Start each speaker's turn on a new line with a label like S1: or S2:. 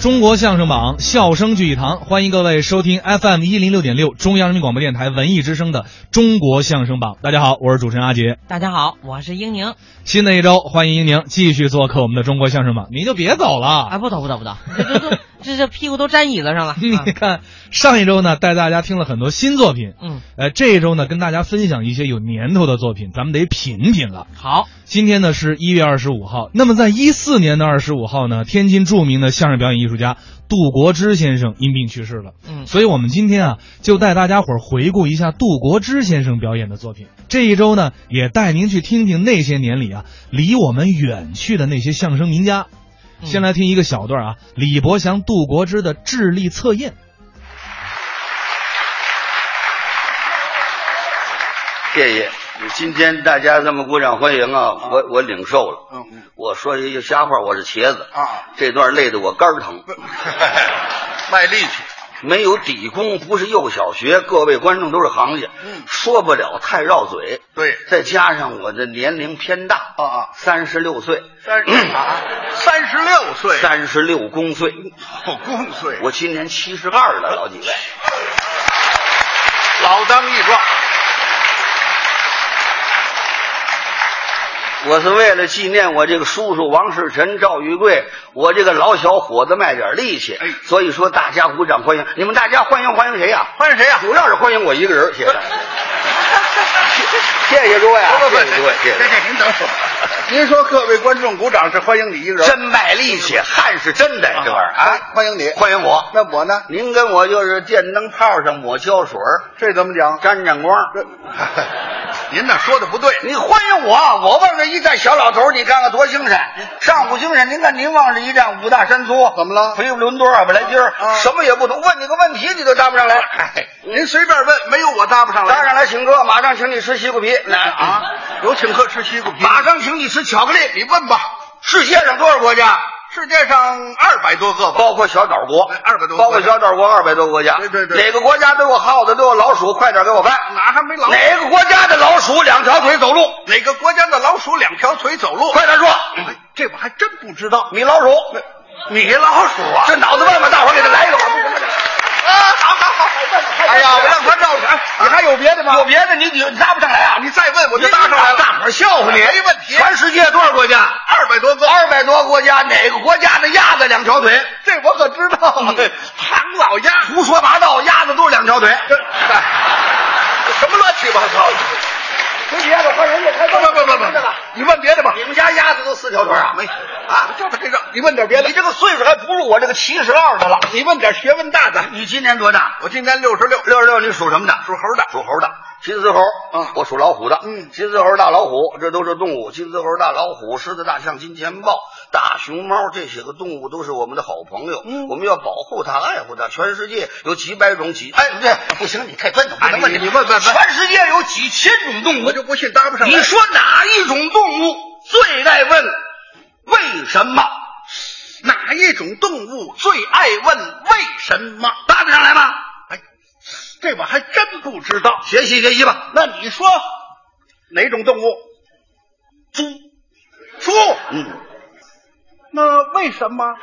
S1: 中国相声榜，笑声聚一堂，欢迎各位收听 FM 一零六点六中央人民广播电台文艺之声的《中国相声榜》。大家好，我是主持人阿杰。
S2: 大家好，我是英宁
S1: 新的一周，欢迎英宁继续做客我们的《中国相声榜》，你就别走
S2: 啊！
S1: 了。
S2: 不走不走不走，这这这这这屁股都粘椅子上了。
S1: 你
S2: 啊
S1: 看，上一周呢，带大家听了很多新作品，
S2: 嗯，
S1: 呃，这一周呢，跟大家分享一些有年头的作品，咱们得品品了。
S2: 好，
S1: 今天呢是一月二十五号，那么在一四年的二十五号呢，天津著名的相声表演艺术家杜国之先生因病去世了。
S2: 嗯
S1: 所以我们今天啊，就带大家伙儿回顾一下杜国之先生表演的作品。这一周呢，也带您去听听那些年里啊，离我们远去的那些相声名家。
S2: 嗯
S1: 先来听一个小段啊，李伯祥、杜国之的智力测验。
S3: 谢谢，今天大家这么鼓掌欢迎啊，我我领受了。
S4: 嗯
S3: 我说一句瞎话，我是茄子，
S4: 啊，
S3: 这段累得我肝儿疼，
S4: 卖力气，
S3: 没有底功，不是幼小学，各位观众都是行家，
S4: 嗯
S3: 说不了太绕嘴，
S4: 对
S3: 再加上我的年龄偏大
S4: 啊啊
S3: 三十六岁，
S4: 三十啊，三十六岁，
S3: 三十六公岁，
S4: 哦公岁，
S3: 我今年七十二了，老几位，
S4: 老当益壮，
S3: 我是为了纪念我这个叔叔王世臣、赵玉贵，我这个老小伙子卖点力气，
S4: 哎
S3: 所以说大家鼓掌欢迎，你们大家欢迎欢迎谁呀、
S4: 欢迎谁呀？呃
S3: 主要是欢迎我一个人，谢谢，谢谢诸位啊，谢谢诸位，谢
S4: 谢
S3: 谢。
S4: 谢您等会儿。您说各位观众鼓掌是欢迎你一个人，
S3: 真卖力气，汗嗯是真的，这玩意儿啊！
S4: 欢迎你，
S3: 欢迎我。
S4: 那我呢？
S3: 您跟我就是电灯泡上抹胶水，
S4: 这怎么讲？
S3: 沾沾光。
S4: 您那说的不对，
S3: 你欢迎我，我往这一站，小老头儿，你看看多精神，上古精神。您看您往这一站，五大三粗，
S4: 嗯怎么了
S3: 肥不伦多，二百来斤儿
S4: 啊，
S3: 什么也不懂。问你个问题，你都答不上来。
S4: 哎
S3: 哎
S4: 您随便问，没有我搭不上来。
S3: 搭上来，请哥，马上请你吃西瓜皮。那
S4: 啊，有请客吃西瓜皮，
S3: 马上请你吃巧克力。
S4: 你问吧。
S3: 世界上多少国家？
S4: 世界上二百多个吧，
S3: 包括小岛国，
S4: 哎200多个国家
S3: 包括小岛国二百多个国家，
S4: 对对对
S3: 哪个国家都有耗子，都有老鼠，快点给我翻。
S4: 哪还没老
S3: 哪个国家的老鼠两条腿走路？
S4: 哪个国家的老鼠两条腿走路？
S3: 快点说，
S4: 哎，这我还真不知道。
S3: 米老鼠，
S4: 米老鼠啊！
S3: 这脑子外面，大伙儿给他来一个吧。
S4: 啊，好好好，哎呀，我让他照着。你还有别的吗？
S3: 有别的你你搭不上来啊？
S4: 你再问我就搭上来了。
S3: 大伙儿笑话你，
S4: 没问题。
S3: 全世界多少国家？
S4: 二百多个，
S3: 二百多个国家，哪个国家的鸭子两条腿？
S4: 这我可知道。
S3: 嗯
S4: 唐老鸭，哎
S3: 胡说八道，鸭子都是两条 腿。
S4: 什么乱七八糟的？
S3: 别的换人家开
S4: 不不不不不，你问别的吧。
S3: 你们家鸭子都四条腿啊？
S4: 没
S3: 啊，
S4: 照着这个，你问点别的
S3: 你。这个岁数还不如我这个七十二的了。
S4: 你问点学问大的。
S3: 你今年多大？
S4: 我今年六十六，
S3: 六十六，你属什么的？
S4: 属猴的。
S3: 属猴的，金丝猴。
S4: 嗯
S3: 我属老虎的。
S4: 嗯
S3: 金丝猴、大老虎，这都是动物。金丝猴、大老虎、狮子、大象、金钱豹、大熊猫，这些个动物都是我们的好朋友。
S4: 嗯
S3: 我们要保护它、爱护它。全世界有几百种几……哎，对，不行，你太专整，不
S4: 哎
S3: 能问这个
S4: 你你问问问
S3: 全世界有几千种动物，
S4: 我就不信搭不上来。
S3: 你说哪一种动物最爱问为什么？
S4: 哪一种动物最爱问为什么？
S3: 答得上来吗？
S4: 哎，这我还真不知道。
S3: 学习学习吧。
S4: 那你说哪种动物？
S3: 猪，
S4: 猪。
S3: 嗯，
S4: 那为什么？